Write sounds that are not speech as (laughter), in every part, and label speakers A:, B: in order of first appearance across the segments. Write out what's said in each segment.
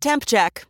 A: Temp check.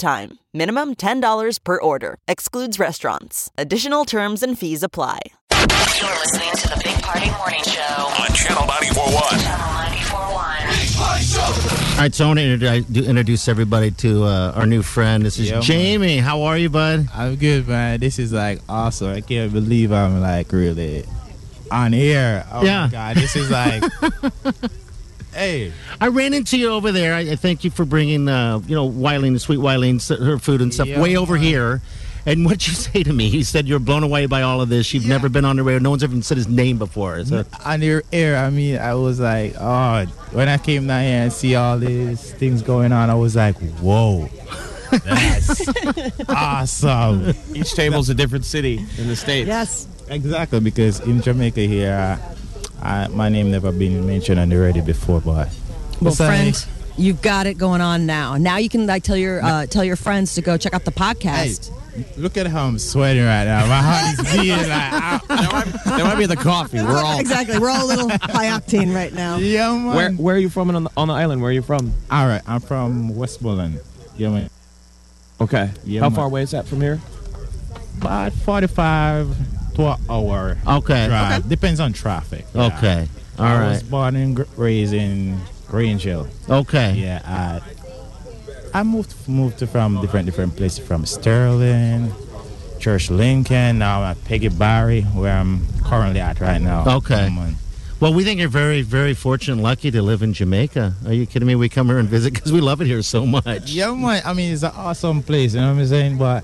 A: time. Minimum $10 per order. Excludes restaurants. Additional terms and fees apply.
B: You're listening to the Big Party Morning Show.
C: on Channel 941.
B: Channel 941.
D: All right, so I want to introduce, introduce everybody to uh, our new friend. This is
E: Yeah, man.
D: Jamie. How are you, bud?
E: I'm good, man. This is like awesome. I can't believe I'm like really on air. Oh
D: Yeah.
E: my god, this is like, hey,
D: I ran into you over there. I, I thank you for bringing, uh, you know, Wileen, sweet Wileen, s- her food and stuff
E: Yeah,
D: way over
E: man.
D: here. And what'd you (laughs) say to me? You said you're blown away by all of this. You've never been on the radio. No one's ever even said his name before. So,
E: on your air. I mean, I was like, oh, when I came down here and see all these things going on, I was like, whoa. That's awesome.
F: Each table's a different city in the states.
G: Yes.
E: Exactly, because in Jamaica here, I, I, my name never been mentioned on the radio before, but
G: Well,
E: it's like-
G: friend, you've got it going on now. Now you can like tell your uh, tell your friends to go check out the
E: Hey,
G: podcast.
E: look at how I'm sweating right now. My heart is beating like, ah,
F: That might, that might be
D: (laughs)
F: the coffee. We're all.
G: Exactly. We're all a little high octane right now.
E: yeah, man.
F: Where, where are you from on the, on the island? Where are you from?
E: All right, I'm from Westmoreland. Yeah, man.
F: Okay.
E: Yeah,
F: How
E: man.
F: far away is that from here?
E: About 45 to an hour
D: okay.
E: drive. Depends on traffic. yeah.
D: Okay. All
E: I was
D: right.
E: born and gr- raised in Grange Hill.
D: Okay.
E: Yeah, I, I moved moved to from different different places from Sterling, Church Lincoln. Now I'm at Peggy Barry, where I'm currently at right now.
D: Okay.
E: I'm on-
D: Well, we think you're very, very fortunate and lucky to live in Jamaica. Are you kidding me? We come here and visit because we love it here so much.
E: Yeah, man. I mean, it's an awesome place. You know what I'm saying? But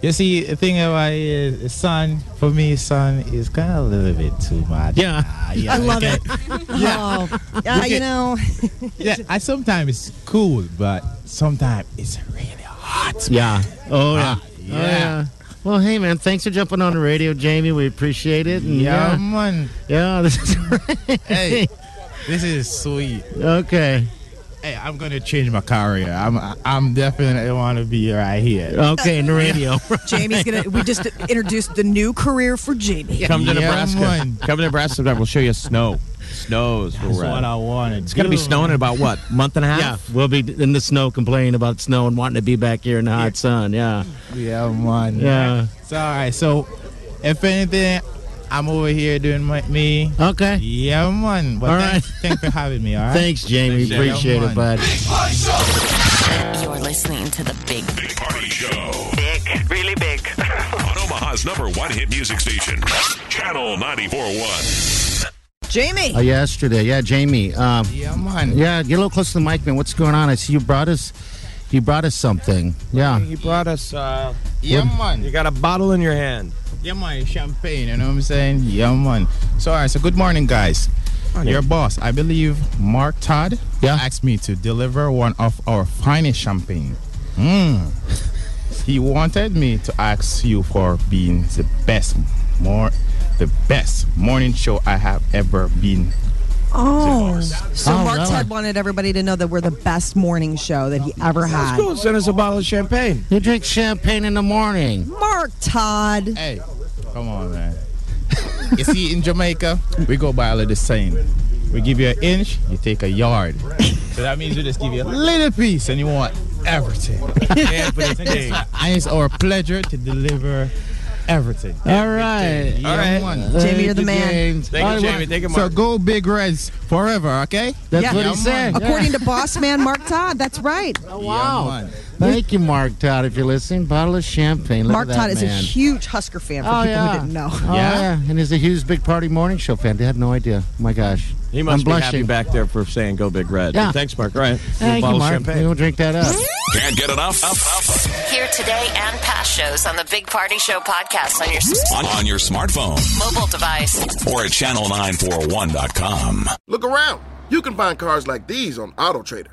E: you see, the thing about it is, sun for me, sun is kind of a little bit too much.
D: Yeah.
E: Ah,
D: (laughs)
E: yeah.
G: I love
E: okay.
G: it. Oh, yeah, you know,
E: (laughs) Yeah, I sometimes it's cool, but sometimes it's really hot.
D: Yeah. Oh, yeah.
E: yeah.
D: Oh, yeah. Well, hey, man, thanks for jumping on the radio, Jamie. We appreciate it. And
E: Yeah, man.
D: Yeah, this is (laughs)
E: Hey, this is sweet.
D: okay.
E: Hey, I'm gonna change my career. I'm I'm definitely want to be right here.
D: Okay, in the radio. (laughs)
H: Jamie's gonna. We just introduced the new career for Jamie.
F: Come to
E: Yeah,
F: Nebraska.
E: man.
F: Come to Nebraska sometime. We'll show you snow. Snows. where
E: That's
F: we're at.
E: what I want to do.
F: It's going to be snowing in about what? Month and a
D: yeah,
F: half?
D: we'll be in the snow complaining about snow and wanting to be back here in the hot sun. Yeah.
E: Yeah, man.
D: Yeah.
E: It's all right. So, if anything, I'm over here doing my me.
D: Okay.
E: Yeah, man. But
D: All
E: thanks, thanks for having me. All right.
D: Thanks, Jamie.
E: Thanks,
D: appreciate
E: Jamie.
D: it,
E: Come on.
D: bud.
B: You're listening to the Big
C: Big Party Show
I: Big, really big. (laughs)
C: on Omaha's number one hit music station, Channel 94.1.
G: Jamie.
D: Uh, yesterday, yeah, Jamie. Um,
E: Yeah, man.
D: yeah, get a little close to the mic, man. What's going on? I see you brought us. You brought us something. Yeah.
F: He brought us. Uh,
E: Yeah, man.
F: you got a bottle in your hand.
E: Yeah, man, champagne, you know what I'm saying? Yeah, man. So, all right, so good morning, guys. Your boss, I believe Mark Todd,
D: Yeah.
E: asked me to deliver one of our finest champagne. Mm. he wanted me to ask you for being the best, more, the best morning show I have ever been.
G: Oh, so
D: Oh,
G: Mark
D: really?
G: Ted wanted everybody to know that we're the best morning show that he ever had.
F: Cool. Send us a bottle of champagne.
D: You drink champagne in the morning.
G: Mark Todd.
E: Hey, come on, man. you see, in Jamaica, we go by all of the same. We give you an inch, you take a yard. So that means we just give you a little piece and you want everything. (laughs) everything. and it's our pleasure to deliver everything.
D: All right. Uh,
E: All right.
G: Jamie, you're the man.
F: Thank you,
D: All right,
F: Jamie. Thank you,
E: So
F: Mark.
E: go Big Reds forever, okay?
D: That's
G: Yeah.
D: what he
G: Yeah,
D: said. Yeah.
G: According to boss man Mark Todd, that's right.
D: Wow.
E: Yeah, man.
D: Thank you, Mark Todd, if you're listening. Bottle of champagne. Look
G: Mark
D: at that
G: Todd is a
D: man.
G: huge Husker fan for
D: Oh,
G: people
D: yeah.
G: who didn't know.
D: Oh, yeah.
E: Yeah?
D: and he's a huge Big Party Morning Show fan. They had no idea. Oh, my gosh.
F: He must
D: I'm
F: be
D: blushing.
F: happy back there for saying go big red.
D: Yeah.
F: Thanks, Mark. All right.
D: Thank you,
F: bottle
D: Mark.
F: of champagne.
D: We'll drink that up.
C: Can't get enough?
B: Here today and past shows on the Big Party Show podcast on your s-
C: On, on your smartphone
B: mobile device.
C: or at channel941.com.
J: Look around. You can find cars like these on AutoTrader